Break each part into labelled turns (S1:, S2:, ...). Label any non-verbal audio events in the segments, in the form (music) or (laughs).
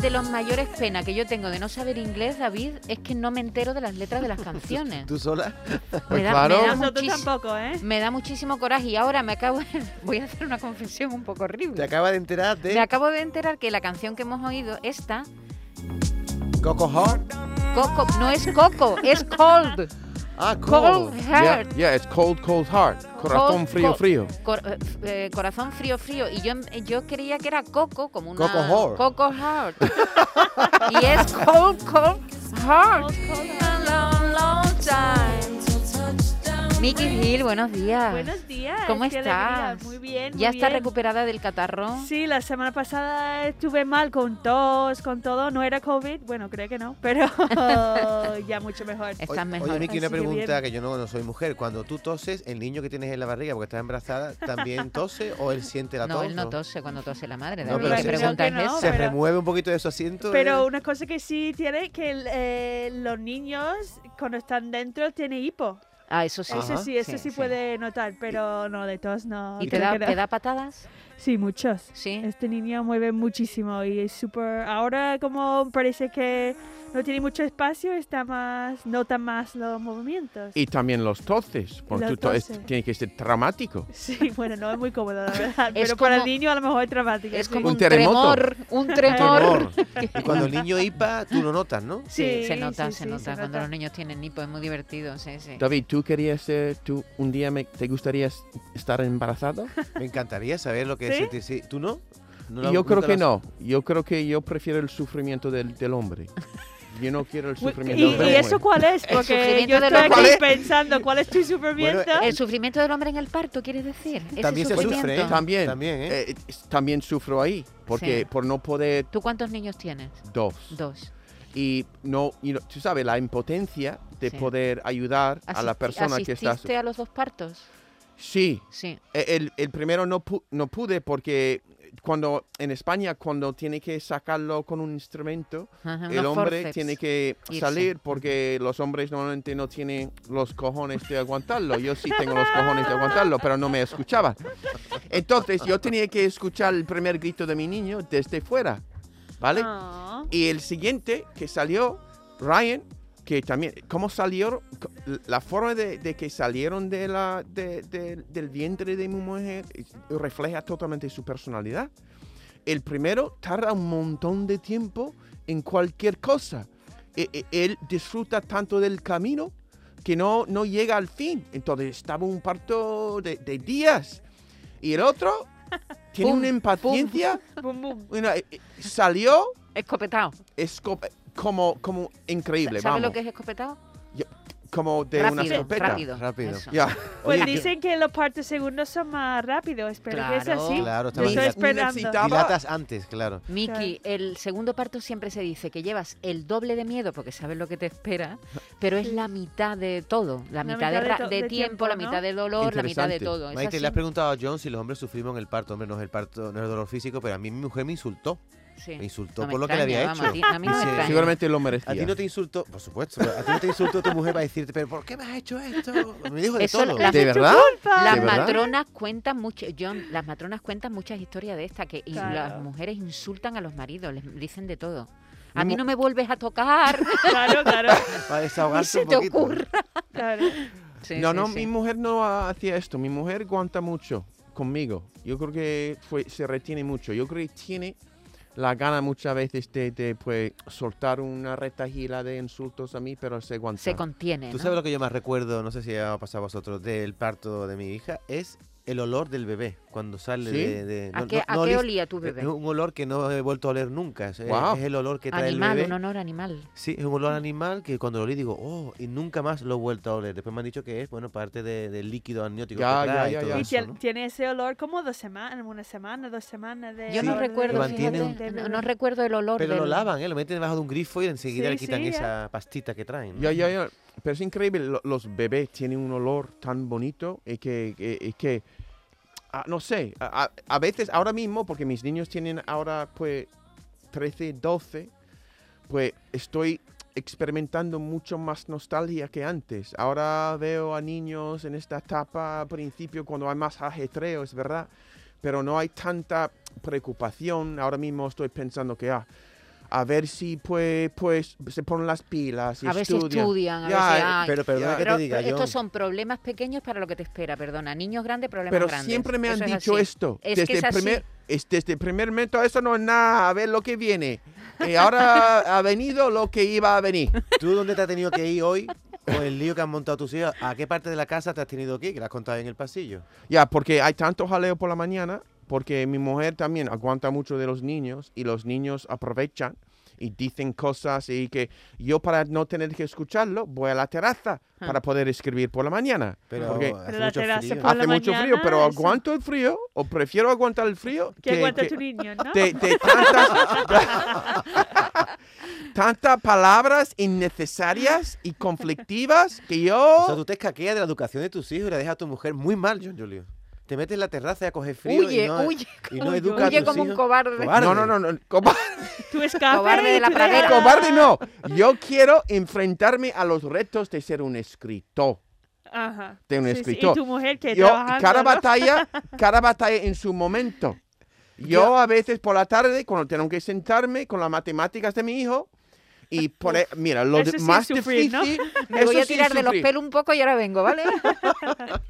S1: de las mayores penas que yo tengo de no saber inglés, David, es que no me entero de las letras de las canciones.
S2: (laughs) ¿Tú sola?
S1: Me
S2: Pues
S1: da-
S2: claro.
S1: me da
S3: Nosotros
S1: muchis-
S3: tampoco, ¿eh?
S1: Me da muchísimo coraje y ahora me acabo (laughs) voy a hacer una confesión un poco
S2: Te
S1: horrible.
S2: acabas de enterar de
S1: Me acabo de enterar que la canción que hemos oído, esta,
S2: Coco Heart.
S1: Coco, no es Coco, es Cold.
S2: Ah,
S1: Cold
S2: cold.
S1: Heart.
S4: Yeah, yeah, it's cold, cold heart. Corazón
S1: Cold,
S4: frío,
S1: cold.
S4: frío.
S1: Cor- eh, f- eh, corazón frío frío y yo em- yo creía que era coco como una
S2: Coco Heart.
S1: Coco Heart. (laughs) y es cold cold heart Mickey Hill buenos días
S3: Buenos días.
S1: ¿Cómo
S3: qué
S1: estás?
S3: alegría, Muy bien.
S1: ya
S3: muy
S1: está
S3: bien.
S1: recuperada del catarro
S3: Sí, la semana pasada estuve mal con tos, con todo. No era COVID, bueno, creo que no, pero (laughs) ya mucho mejor.
S1: estás
S2: oye,
S1: mejor
S2: Oye, Miki, una
S3: Así que bien.
S2: pregunta que yo no, no soy mujer. Cuando tú toses, el niño que tienes en la barriga porque estás embarazada,
S3: (laughs)
S2: ¿también tose o él siente la
S1: no
S2: tos?
S1: él no tose cuando tose la madre
S2: No,
S1: David,
S2: pero
S1: ¿qué
S2: sí,
S1: pregunta
S3: sí.
S1: es
S3: No,
S1: esa?
S2: Se
S3: pero-
S2: remueve un poquito de su asiento.
S3: Pero
S2: eh.
S3: una cosa que sí tiene que el, eh, los niños cuando están dentro tiene hipo.
S1: ah eso sí
S2: Ajá.
S3: Eso sí, eso sí, puede notar, pero no de tos no.
S1: y te
S3: creo
S1: da,
S3: que no.
S1: te da patadas
S3: Sí, muchos.
S1: sí
S3: Este niño mueve muchísimo y es súper. Ahora, como parece que no tiene mucho espacio, está más nota más los movimientos.
S4: Y también los toses, porque
S3: Los
S4: tú to- es-
S3: toses.
S4: tiene que ser dramático.
S3: Sí, bueno, no es muy cómodo, la verdad.
S1: Es
S3: pero para el
S1: como-
S3: niño a lo mejor es dramático.
S1: es
S3: sí.
S1: como
S4: Un
S1: un,
S4: terremoto.
S1: tremor un tremor
S4: Temor.
S2: Y cuando el niño hipa, tú lo notas, ¿no?
S1: Sí, se nota,
S3: sí,
S1: se
S3: sí,
S1: nota. Cuando los niños tienen hipo es muy divertido, sí, sí.
S4: David, ¿tú querías ser, tú un día me- te gustaría es- estar
S2: (laughs)
S4: embarazado?
S2: Me encantaría saber lo que
S3: ¿Sí?
S2: es. sentir- sí. ¿Tú no? No lo-
S4: yo creo
S2: te
S4: que
S2: lo has-
S4: no. Yo creo que yo prefiero el sufrimiento del, del hombre. Yo no quiero el
S3: Uy,
S4: sufrimiento
S3: ¿Y,
S4: del hombre.
S3: y eso cuál es?
S1: El
S3: Porque
S1: sufrimiento
S3: yo
S1: de
S3: estoy
S1: los-
S3: aquí
S1: ¿Cuál
S4: es?
S3: pensando,
S4: (laughs)
S3: ¿cuál es tu sufrimiento?
S4: eh,
S2: Bueno,
S1: (laughs) El sufrimiento del hombre en el parto, ¿quieres decir? Ese
S2: También se sufre, ¿eh?
S1: sufrimiento.
S4: También.
S2: También, ¿eh?
S4: Eh, es- también sufro ahí, porque
S1: Sí.
S4: por no poder
S1: ¿Tú cuántos niños tienes?
S4: dos.
S1: Dos.
S4: Y no, y no- tú sabes, la impotencia de
S1: Sí.
S4: poder ayudar a la
S1: Asisti-
S4: persona que está...
S1: ¿Asististe a los dos partos?
S4: Sí,
S1: Sí.
S4: E- El, el primero no, pu- no pude porque cuando en España cuando tiene que sacarlo con un instrumento,
S1: Ajá,
S4: el
S1: unos
S4: hombre
S1: forceps.
S4: tiene que
S1: irse.
S4: salir porque los hombres normalmente no tienen los cojones de aguantarlo. Yo sí tengo los cojones de aguantarlo, pero no me escuchaba. Entonces yo tenía que escuchar el primer grito de mi niño desde fuera, ¿vale?
S3: Ah.
S4: Y el siguiente que salió, Ryan, que también, ¿cómo salieron? Co- La forma de, de que salieron de la, de- de- del vientre de mi mujer eh, refleja totalmente su personalidad. El primero tarda un montón de tiempo en cualquier cosa. E- e- Él disfruta tanto del camino que no, no llega al fin. Entonces estaba un parto de, de días. Y el
S3: (laughs)
S4: otro tiene
S1: Pum,
S4: una
S1: pum.
S4: impaciencia.
S3: Bum, bum.
S4: una- eh, eh, salió
S1: Escopetado.
S4: es co- como, como increíble,
S1: ¿Sabes
S4: vamos.
S1: lo que es escopetado?
S4: Como de una
S1: rápido,
S4: escopeta.
S1: rápido.
S2: Rápido.
S1: eso.
S4: Ya.
S3: Pues
S2: Oye,
S3: dicen que los partos segundos son más rápidos, espero que es
S1: Claro.
S3: así.
S4: eh,
S2: Claro, está
S3: Yo
S2: bien.
S3: estoy
S2: Dilat-
S3: esperando.
S4: Necesitaba-
S2: Dilatas antes, claro.
S1: Miki, el segundo parto siempre se dice que llevas el doble de miedo porque sabes lo que te espera, pero es
S3: Sí.
S1: la mitad de todo. La,
S3: La
S1: mitad,
S3: mitad
S1: de,
S3: de
S1: ra-
S3: to-
S1: de
S3: de
S1: tiempo,
S3: tiempo,
S1: la
S3: ¿no?
S1: mitad de dolor, la mitad de
S4: Interesante.
S1: todo. ¿Es
S2: Maite,
S1: así?
S2: le has preguntado a John si los hombres sufrimos en el parto. Hombre, no es el parto, no es el dolor físico, pero a mí mi mujer me insultó.
S1: Sí.
S2: Me insultó
S1: No me
S2: por lo que le
S1: extraña,
S2: había
S1: vamos, a
S2: hecho.
S1: ti- a mí no me
S2: Dice,
S1: extraña.
S4: Seguramente lo
S2: A
S4: merecía.
S2: ti no te insultó, por supuesto, pero a ti no te insultó tu mujer para decirte, pero ¿por qué me has hecho esto? Me dijo de
S1: Eso
S2: todo.
S1: la-
S4: ¿De
S3: ¡Es tu
S4: verdad?
S3: culpa!
S1: Las
S4: ¿De verdad?
S1: matronas cuentan mucho, John, las matronas cuentan muchas historias de estas que in-
S3: Claro.
S1: las mujeres insultan a los maridos, les dicen de todo.
S4: Mi
S1: A mí
S4: mu-
S1: no me vuelves a
S2: (laughs)
S1: tocar.
S3: Claro, claro.
S2: Para
S1: Ni se
S2: desahogarse un
S1: te
S2: poquito.
S1: ocurra.
S4: (laughs)
S3: claro.
S1: Sí,
S4: No,
S1: sí,
S4: no,
S1: sí.
S4: mi mujer no ha- hacía esto. Mi mujer aguanta mucho conmigo. Yo creo que fue, se retiene mucho. Yo creo que tiene la gana muchas veces de, de, pues, soltar una retajila de insultos a mí, pero se aguanta.
S1: se contiene.
S2: Tú
S1: ¿no?
S2: sabes lo que yo más recuerdo, no sé si ha pasado a vosotros, del parto de mi hija, es el olor del bebé cuando sale
S4: ¿Sí?
S2: de... de-
S1: ¿A
S2: no-
S1: qué,
S2: no-
S1: a
S2: no
S1: qué
S2: oliste-
S1: olía tu bebé?
S2: Es un olor que no he vuelto a oler nunca. Es, es-
S4: Guau.
S2: es el olor que trae el
S1: Animal,
S2: bebé.
S1: un honor animal.
S2: Sí, es un olor animal que cuando lo olí digo, oh, y nunca más lo he vuelto a oler. Después me han dicho que es, bueno, parte de- del líquido amniótico.
S4: Ya,
S2: que
S4: ya,
S2: trae y
S4: ya,
S2: todo
S4: ya.
S3: Y
S2: eso,
S3: tiene,
S2: ¿no?
S3: tiene ese olor como dos semanas, una semana, dos semanas de...
S1: Yo
S2: Sí,
S1: no
S2: lo
S1: recuerdo,
S2: mantiene
S1: fíjate,
S3: de- de-
S1: no, no recuerdo el olor.
S2: Pero lo
S1: del-
S2: lavan, ¿eh? lo meten debajo de un grifo y enseguida le
S3: Sí,
S2: quitan
S3: sí, ya.
S2: esa pastita que traen. ¿no?
S4: Ya, ya, ya. Pero es increíble, lo- los bebés tienen un olor tan bonito y que, que- y que, ah, no sé, a, a- a veces ahora mismo, porque mis niños tienen ahora pues 13, 12, pues estoy experimentando mucho más nostalgia que antes. Ahora veo a niños en esta etapa, al principio, cuando hay más ajetreo, es verdad, pero no hay tanta preocupación. Ahora mismo estoy pensando que, ah, a ver si pues, pues se ponen las pilas y
S1: A ver si
S4: estudian.
S1: estudian, a
S4: Ya,
S1: ver si-
S4: eh,
S1: ay,
S2: Pero perdona
S4: ya,
S2: que
S1: Pero
S2: te diga,
S1: estos
S2: John.
S1: son problemas pequeños para lo que te espera, perdona. Niños grandes, problemas
S4: Pero
S1: grandes.
S4: siempre me han
S1: Eso es
S4: dicho
S1: así.
S4: esto.
S1: Es que
S4: desde,
S1: es
S4: el
S1: así.
S4: primer, es desde el primer momento, eso no es nada, a ver lo que viene. Y ahora ha venido lo que iba a venir.
S2: ¿Tú dónde te has tenido que ir hoy con el lío que han montado tus hijos? ¿A qué parte de la casa te has tenido que ir? Que la has contado en el pasillo.
S4: Ya, porque hay tanto jaleo por la mañana, porque mi mujer también aguanta mucho de los niños y los niños aprovechan y dicen cosas y que yo para no tener que escucharlo voy a la terraza
S1: Ah.
S4: para poder escribir por la mañana.
S2: Pero
S4: Porque
S2: hace
S3: Pero la
S2: mucho
S3: terraza
S2: frío.
S3: por la
S4: hace mucho frío,
S3: mañana,
S4: pero
S3: eso.
S4: aguanto el frío o prefiero aguantar el frío
S3: Que aguanta tu niño, ¿no?
S4: de, de tantas,
S3: (laughs)
S4: tantas palabras innecesarias y conflictivas que
S2: O sea,
S4: yo...
S2: tú te escaqueas de la educación de tus hijos y la dejas a tu mujer muy mal, John Julio. Te metes en la terraza y a coger frío
S1: Huye,
S2: y no,
S1: huye,
S2: y no
S3: huye,
S2: educa a
S1: Huye
S2: tus
S1: como un
S2: hijos.
S1: cobarde.
S2: Cobarde.
S4: No, no, no, no, cobarde,
S1: (laughs)
S3: Tu escape.
S1: Cobarde de la
S3: tú dejas-
S1: pradera.
S4: cobarde no. Yo quiero enfrentarme a los retos de ser un escritor.
S3: Ajá.
S4: De un
S3: Sí, sí,
S4: escritor.
S3: Y tu mujer que
S4: Yo,
S3: trabajando,
S4: cada
S3: ¿no?
S4: batalla, cada batalla en su momento. Yo a veces por la tarde, cuando tengo que sentarme con las matemáticas de mi hijo,
S3: (laughs)
S4: y poner, mira, lo
S3: Eso
S4: de-
S3: sí es
S4: más
S3: sufrir, ¿no?
S4: difícil,
S1: Me voy
S4: eso
S1: a
S4: sí es
S1: tirar de los
S4: sufrir.
S1: pelos un poco y ahora vengo, ¿vale?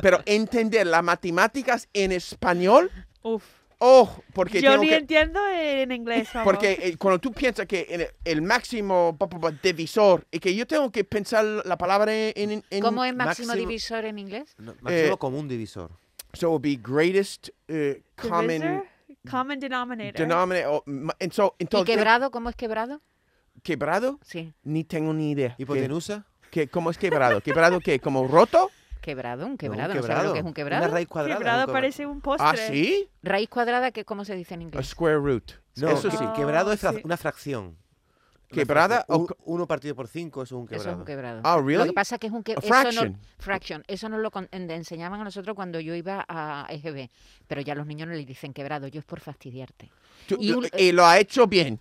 S4: Pero entender las matemáticas en español,
S3: Uf.
S4: oh, porque
S3: Yo
S4: tengo
S3: ni
S4: que-
S3: entiendo en inglés. vamos.
S4: porque eh, cuando tú piensas que en el, el máximo pa- pa- pa- divisor y que yo tengo que pensar la palabra en, en- en-
S1: ¿Cómo es máximo,
S2: máximo-
S1: divisor en inglés?
S2: No, máximo
S4: Eh,
S2: como un divisor.
S4: so it would be greatest eh, common
S3: Divisor, common denominator.
S4: denominator. o ma- and so-
S1: ¿Y
S4: entonces,
S1: quebrado? ¿Cómo es quebrado?
S4: quebrado,
S1: Sí,
S4: ni tengo ni idea. que,
S2: ¿Hipotenusa?
S4: que- ¿Cómo es quebrado? ¿Quebrado qué? ¿Como roto?
S1: quebrado, un
S2: No, un
S1: quebrado. No, sabes lo que es un quebrado.
S2: Una raíz cuadrada. es un
S3: Quebrado
S2: cobra-
S3: parece un postre.
S4: ¿Ah, sí?
S1: Raíz cuadrada, que, ¿cómo se dice en
S4: A
S1: inglés?
S4: square root.
S2: No,
S4: Eso
S2: que-
S4: sí.
S3: Ah,
S2: quebrado es fra-
S3: sí.
S2: una fracción.
S4: ¿Quebrada o
S2: Un- uno partido por cinco, eso es un
S1: Eso es
S2: quebrado.
S1: un quebrado.
S4: Ah,
S1: Lo
S4: ¿really?
S1: que pasa que es un que
S4: A
S1: eso no-
S4: fraction.
S1: fraction. Eso nos lo con- en- enseñaban a nosotros cuando yo iba a EGB. Pero ya los niños no les dicen quebrado. Yo es por fastidiarte.
S4: Tú-
S1: y un-
S4: y lo ha hecho bien.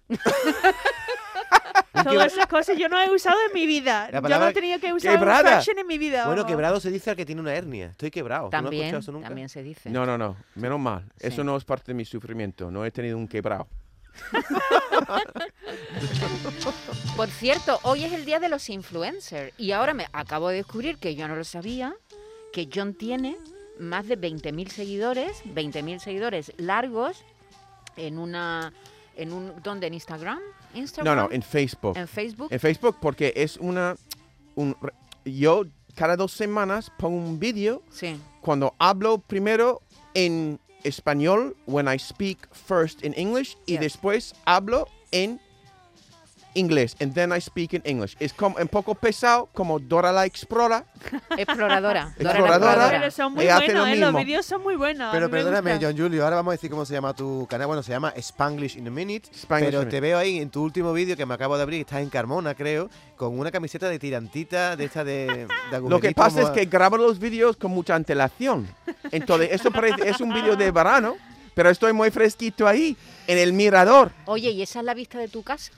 S3: Todas esas cosas yo no he usado en mi vida.
S2: La
S3: yo no
S2: palabra
S3: he tenido que usar
S4: quebrada.
S3: un fraction en mi vida.
S2: Bueno,
S3: vamos.
S2: quebrado se dice al que tiene una hernia. Estoy quebrado. ¿Tú no has
S1: También,
S2: escuchado eso nunca?
S1: también se dice.
S4: No, no, no. Menos mal.
S1: Sí.
S4: Eso no es parte de mi sufrimiento. No he tenido un quebrado.
S1: Por cierto, hoy es el día de los influencers y ahora me acabo de descubrir que yo no lo sabía, que John tiene más de 20.000 seguidores, 20.000 seguidores largos en una en un ¿dónde en Instagram?
S4: No,
S1: Instagram.
S4: no, en Facebook.
S1: en Facebook.
S4: En Facebook porque es una... un re- yo cada dos semanas pongo un vídeo
S1: sí.
S4: cuando hablo primero en español, when I speak first in English, y
S1: Yes.
S4: después hablo en inglés, and then I speak in English. Es como un poco pesado, como Dora la Explora.
S1: Exploradora. Dora la
S4: (laughs) Exploradora.
S3: Pero son muy
S4: Eh, hace lo
S3: buenos, ¿eh? los
S4: mismo.
S3: vídeos son muy buenos. a
S2: Pero
S3: mí me
S2: perdóname,
S3: gusta.
S2: John Julio, ahora vamos a decir cómo se llama tu canal. Bueno, se llama Spanglish in a Minute.
S4: Spanglish in
S2: pero
S4: a
S2: te veo ahí en tu último vídeo que me acabo de abrir, estás en Carmona, creo, con una camiseta de tirantita de esta (laughs) de, de
S4: Lo que
S2: agujerito,
S4: pasa es
S2: como-
S4: que grabo los vídeos con mucha antelación. Entonces, eso parece, es un vídeo de verano, pero estoy muy fresquito ahí, en el mirador.
S1: Oye, ¿y esa es la vista de tu casa?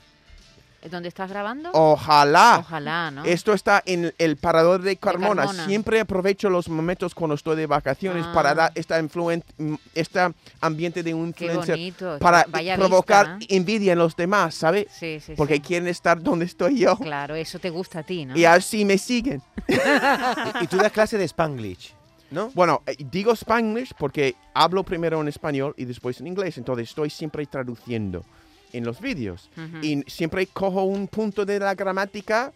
S1: ¿Es donde estás grabando?
S4: Ojalá.
S1: Ojalá, ¿no?
S4: Esto está en el parador de Carmona.
S1: Carmona.
S4: Siempre aprovecho los momentos cuando estoy de vacaciones
S1: Ah.
S4: para dar esta influen- mm, este ambiente de
S1: Qué
S4: influencer
S1: bonito.
S4: para
S1: Vaya
S4: provocar
S1: vista, ¿eh?
S4: envidia en los demás, ¿sabes?
S1: Sí, sí,
S4: Porque
S1: sí.
S4: quieren estar donde estoy yo
S1: Claro, eso te gusta a ti, ¿no?
S4: y así me siguen.
S2: Y, y tú das clase de Spanglish, ¿no?
S4: Bueno, eh, digo Spanglish porque hablo primero en español y después en inglés, entonces estoy siempre traduciendo en los vídeos.
S1: Ujú.
S4: Y siempre cojo un punto de la gramática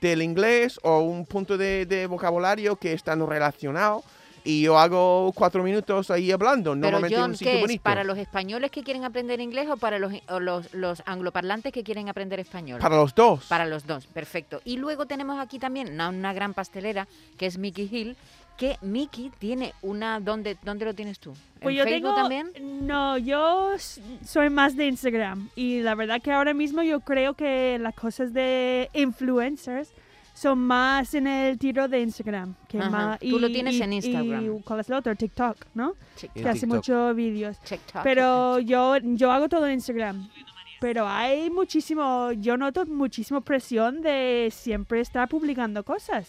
S4: del inglés o un punto de, de vocabulario que están relacionados y yo hago cuatro minutos ahí hablando,
S1: Pero
S4: normalmente en
S1: John,
S4: un sitio
S1: ¿qué es?
S4: bonito.
S1: ¿Para los españoles que quieren aprender inglés o para los, o los, los angloparlantes que quieren aprender español?
S4: Para los dos.
S1: Para los dos, perfecto. Y luego tenemos aquí también una, una gran pastelera que es Mickey Hill, que Mickey tiene una... ¿Dónde, dónde lo tienes tú? ¿En
S3: Pues yo
S1: Facebook
S3: tengo,
S1: también?
S3: No, yo s- soy más de Instagram y la verdad que ahora mismo yo creo que las cosas de influencers son más en el tiro de Instagram. Que
S1: Ajá,
S3: más,
S1: tú lo tienes en Instagram.
S3: Y, ¿Cuál es el otro? TikTok, ¿no?
S1: Check-
S2: En
S3: que hace
S2: TikTok.
S3: muchos vídeos.
S1: TikTok.
S3: Pero yo, yo hago todo en Instagram. Pero hay muchísimo, yo noto muchísima presión de siempre estar publicando cosas.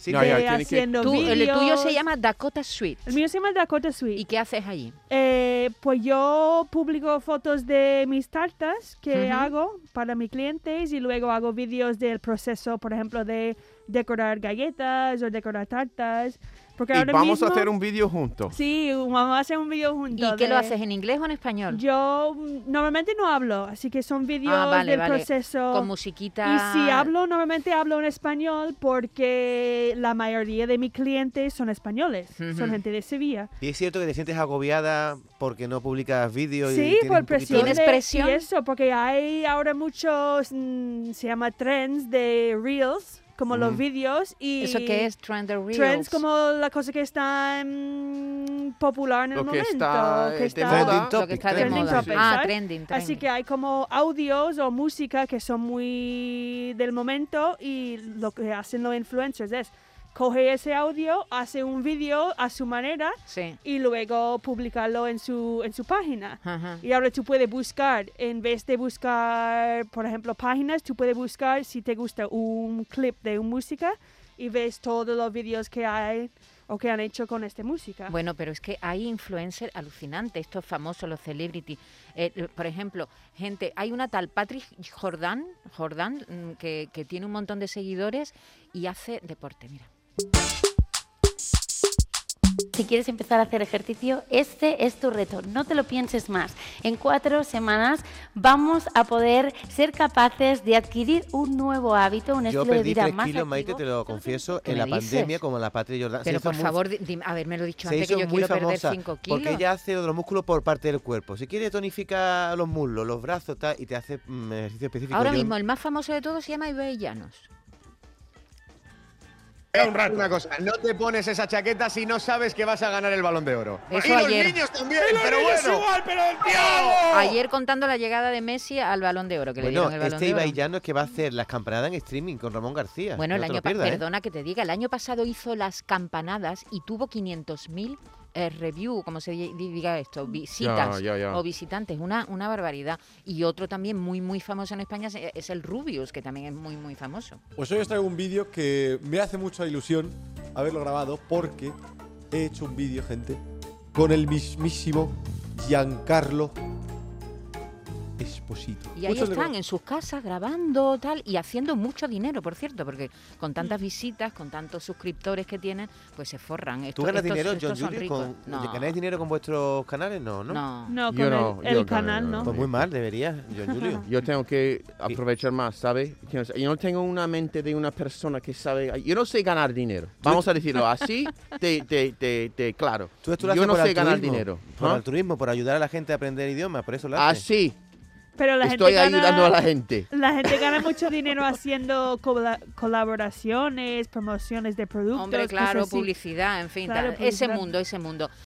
S4: Sí,
S3: de
S4: no, ya, tiene que-
S3: haciendo
S1: Tú- el
S3: vídeos.
S1: tuyo se llama Dakota Sweet.
S3: El mío se llama Dakota
S1: ¿Y
S3: Sweet.
S1: qué haces allí?
S3: Eh, pues yo publico fotos de mis tartas que
S1: Ujú.
S3: hago para mis clientes y luego hago vídeos del proceso, por ejemplo, de decorar galletas o decorar tartas. Porque
S4: Y
S3: ahora
S4: vamos a
S3: mismo-
S4: hacer un vídeo juntos.
S3: Sí, vamos a hacer un vídeo juntos.
S1: ¿Y qué lo
S3: de-
S1: haces en inglés o en español?
S3: Yo mm, normalmente no hablo, así que son vídeos
S1: Ah, vale,
S3: del
S1: vale.
S3: proceso.
S1: Con
S3: Y
S1: musiquita.
S3: si hablo, normalmente hablo en español porque la mayoría de mis clientes son españoles,
S1: Ujú.
S3: son gente de Sevilla.
S2: Y es cierto que te sientes agobiada porque no publicas vídeos. y
S3: Sí,
S2: tienes
S3: por
S2: un poquito
S3: presión.
S2: de-
S1: ¿Tienes
S3: de-
S1: presión?
S3: Y eso, porque hay ahora muchos, mm, se llama trends de reels, como los
S2: Mm.
S3: vídeos. y
S1: ¿Eso qué es? Trend Reels.
S3: Trends como la cosa que está mm, popular en
S4: Lo
S3: el
S4: que
S3: momento.
S4: está, eh,
S3: que
S4: de
S3: está-
S4: moda.
S2: Trending
S1: Lo que
S2: topic,
S1: está de
S2: trending
S1: moda.
S2: topic.
S1: ah,
S3: ¿sabes?
S1: trending, trending.
S3: Así que hay como audios o música que son muy del momento y lo que hacen los influencers es coge ese audio, hace un vídeo a su manera
S1: Sí.
S3: y luego publicarlo en su, en su página.
S1: Ajá.
S3: Y ahora tú puedes buscar, en vez de buscar, por ejemplo, páginas, tú puedes buscar si te gusta un clip de una música y ves todos los vídeos que hay o que han hecho con esta música.
S1: Bueno, pero es que hay influencers alucinantes, estos famosos, los celebrity. Eh, eh, por ejemplo, gente, hay una tal Patrick Jordan, Jordan mm, que, que tiene un montón de seguidores y hace deporte, mira.
S5: Si quieres empezar a hacer ejercicio, este es tu reto. No te lo pienses más. En cuatro semanas vamos a poder ser capaces de adquirir un nuevo hábito, un
S2: Yo
S5: estilo de
S2: perdí
S5: vida
S2: 3
S5: más
S2: kilos,
S5: activo.
S2: Maite, te lo confieso,
S1: ¿Qué
S2: en
S1: me
S2: la
S1: dices?
S2: pandemia, como la Patria Jordán. Se
S1: Pero
S2: hizo
S1: por
S2: muy-
S1: favor, di- dime- haberme lo dicho
S2: se
S1: antes
S2: hizo
S1: que yo
S2: muy
S1: quiero perder
S2: famosa
S1: 5 kilos.
S2: porque ella hace lo de los músculos por parte del cuerpo. Si quiere tonifica los muslos, los brazos tal, y te hace mm, ejercicio específico.
S1: Ahora
S2: Yo-
S1: mismo, el más famoso de todos se llama Ibai Llanos.
S6: Una cosa, no te pones esa chaqueta si no sabes que vas a ganar el balón de oro.
S1: Eso
S6: y
S1: ayer.
S6: los niños ¡oh! también, pero bueno.
S1: Ayer contando la llegada de Messi al Balón de Oro, que le
S2: Bueno,
S1: dieron el Balón
S2: este
S1: de Oro.
S2: Ibaillano es que va a hacer las campanadas en streaming con Ramón García.
S1: Bueno, el
S2: No te
S1: año
S2: lo
S1: pa-
S2: pierdas, ¿eh?
S1: perdona que te diga, el año pasado hizo las campanadas y tuvo 500.000 eh, review, como se di- diga esto,
S2: Mm.
S1: visitas
S4: ya, ya.
S1: o visitantes, una, una barbaridad. Y otro también muy, muy famoso en España se- es el Rubius, que también es muy, muy famoso.
S7: Pues hoy os traigo un vídeo que me hace mucha ilusión haberlo grabado porque he hecho un vídeo, gente, con el mismísimo Giancarlo Esposito.
S1: Y ahí
S7: Muchos le
S1: están
S7: cono-
S1: en sus casas grabando tal y haciendo mucho dinero, por cierto, porque con
S2: Mm.
S1: tantas visitas, con tantos suscriptores que tienen, pues se forran.
S2: ¿Tú
S1: Estos-
S2: ganas
S1: estos-
S2: dinero,
S1: estos
S2: John
S1: son
S2: Julius?
S1: ricos.
S2: Con,
S1: No,
S2: ¿Ganáis dinero con vuestros canales? No, ¿no?
S1: no.
S3: no,
S4: Yo
S3: con el-
S4: no,
S3: el,
S4: yo no,
S3: canal,
S4: yo
S3: ¿no.
S4: no.
S2: Pues muy mal, deberías, John
S4: (laughs)
S2: Julio.
S4: Yo tengo que aprovechar más, ¿sabes? Yo no sé- yo no tengo una mente de una persona que sabe. Yo no sé ganar dinero. Vamos a decirlo así, de, de- de- de claro.
S2: Tú esto lo
S4: yo
S2: haces
S4: no
S2: por
S4: sé ganar
S2: altruismo,
S4: dinero.
S2: Por
S4: ¿no? Ah,
S2: altruismo, por ayudar a la gente a aprender idiomas, por eso lo haces.
S4: Así
S3: Pero la
S4: estoy
S3: gente gana-
S4: ayudando a la gente.
S3: La gente gana mucho dinero haciendo cola- colaboraciones, promociones de productos.
S1: Hombre,
S3: cosas
S1: claro,
S3: así.
S1: publicidad, en fin, tal.
S3: Claro,
S1: ese
S3: publicidad.
S1: mundo, ese mundo.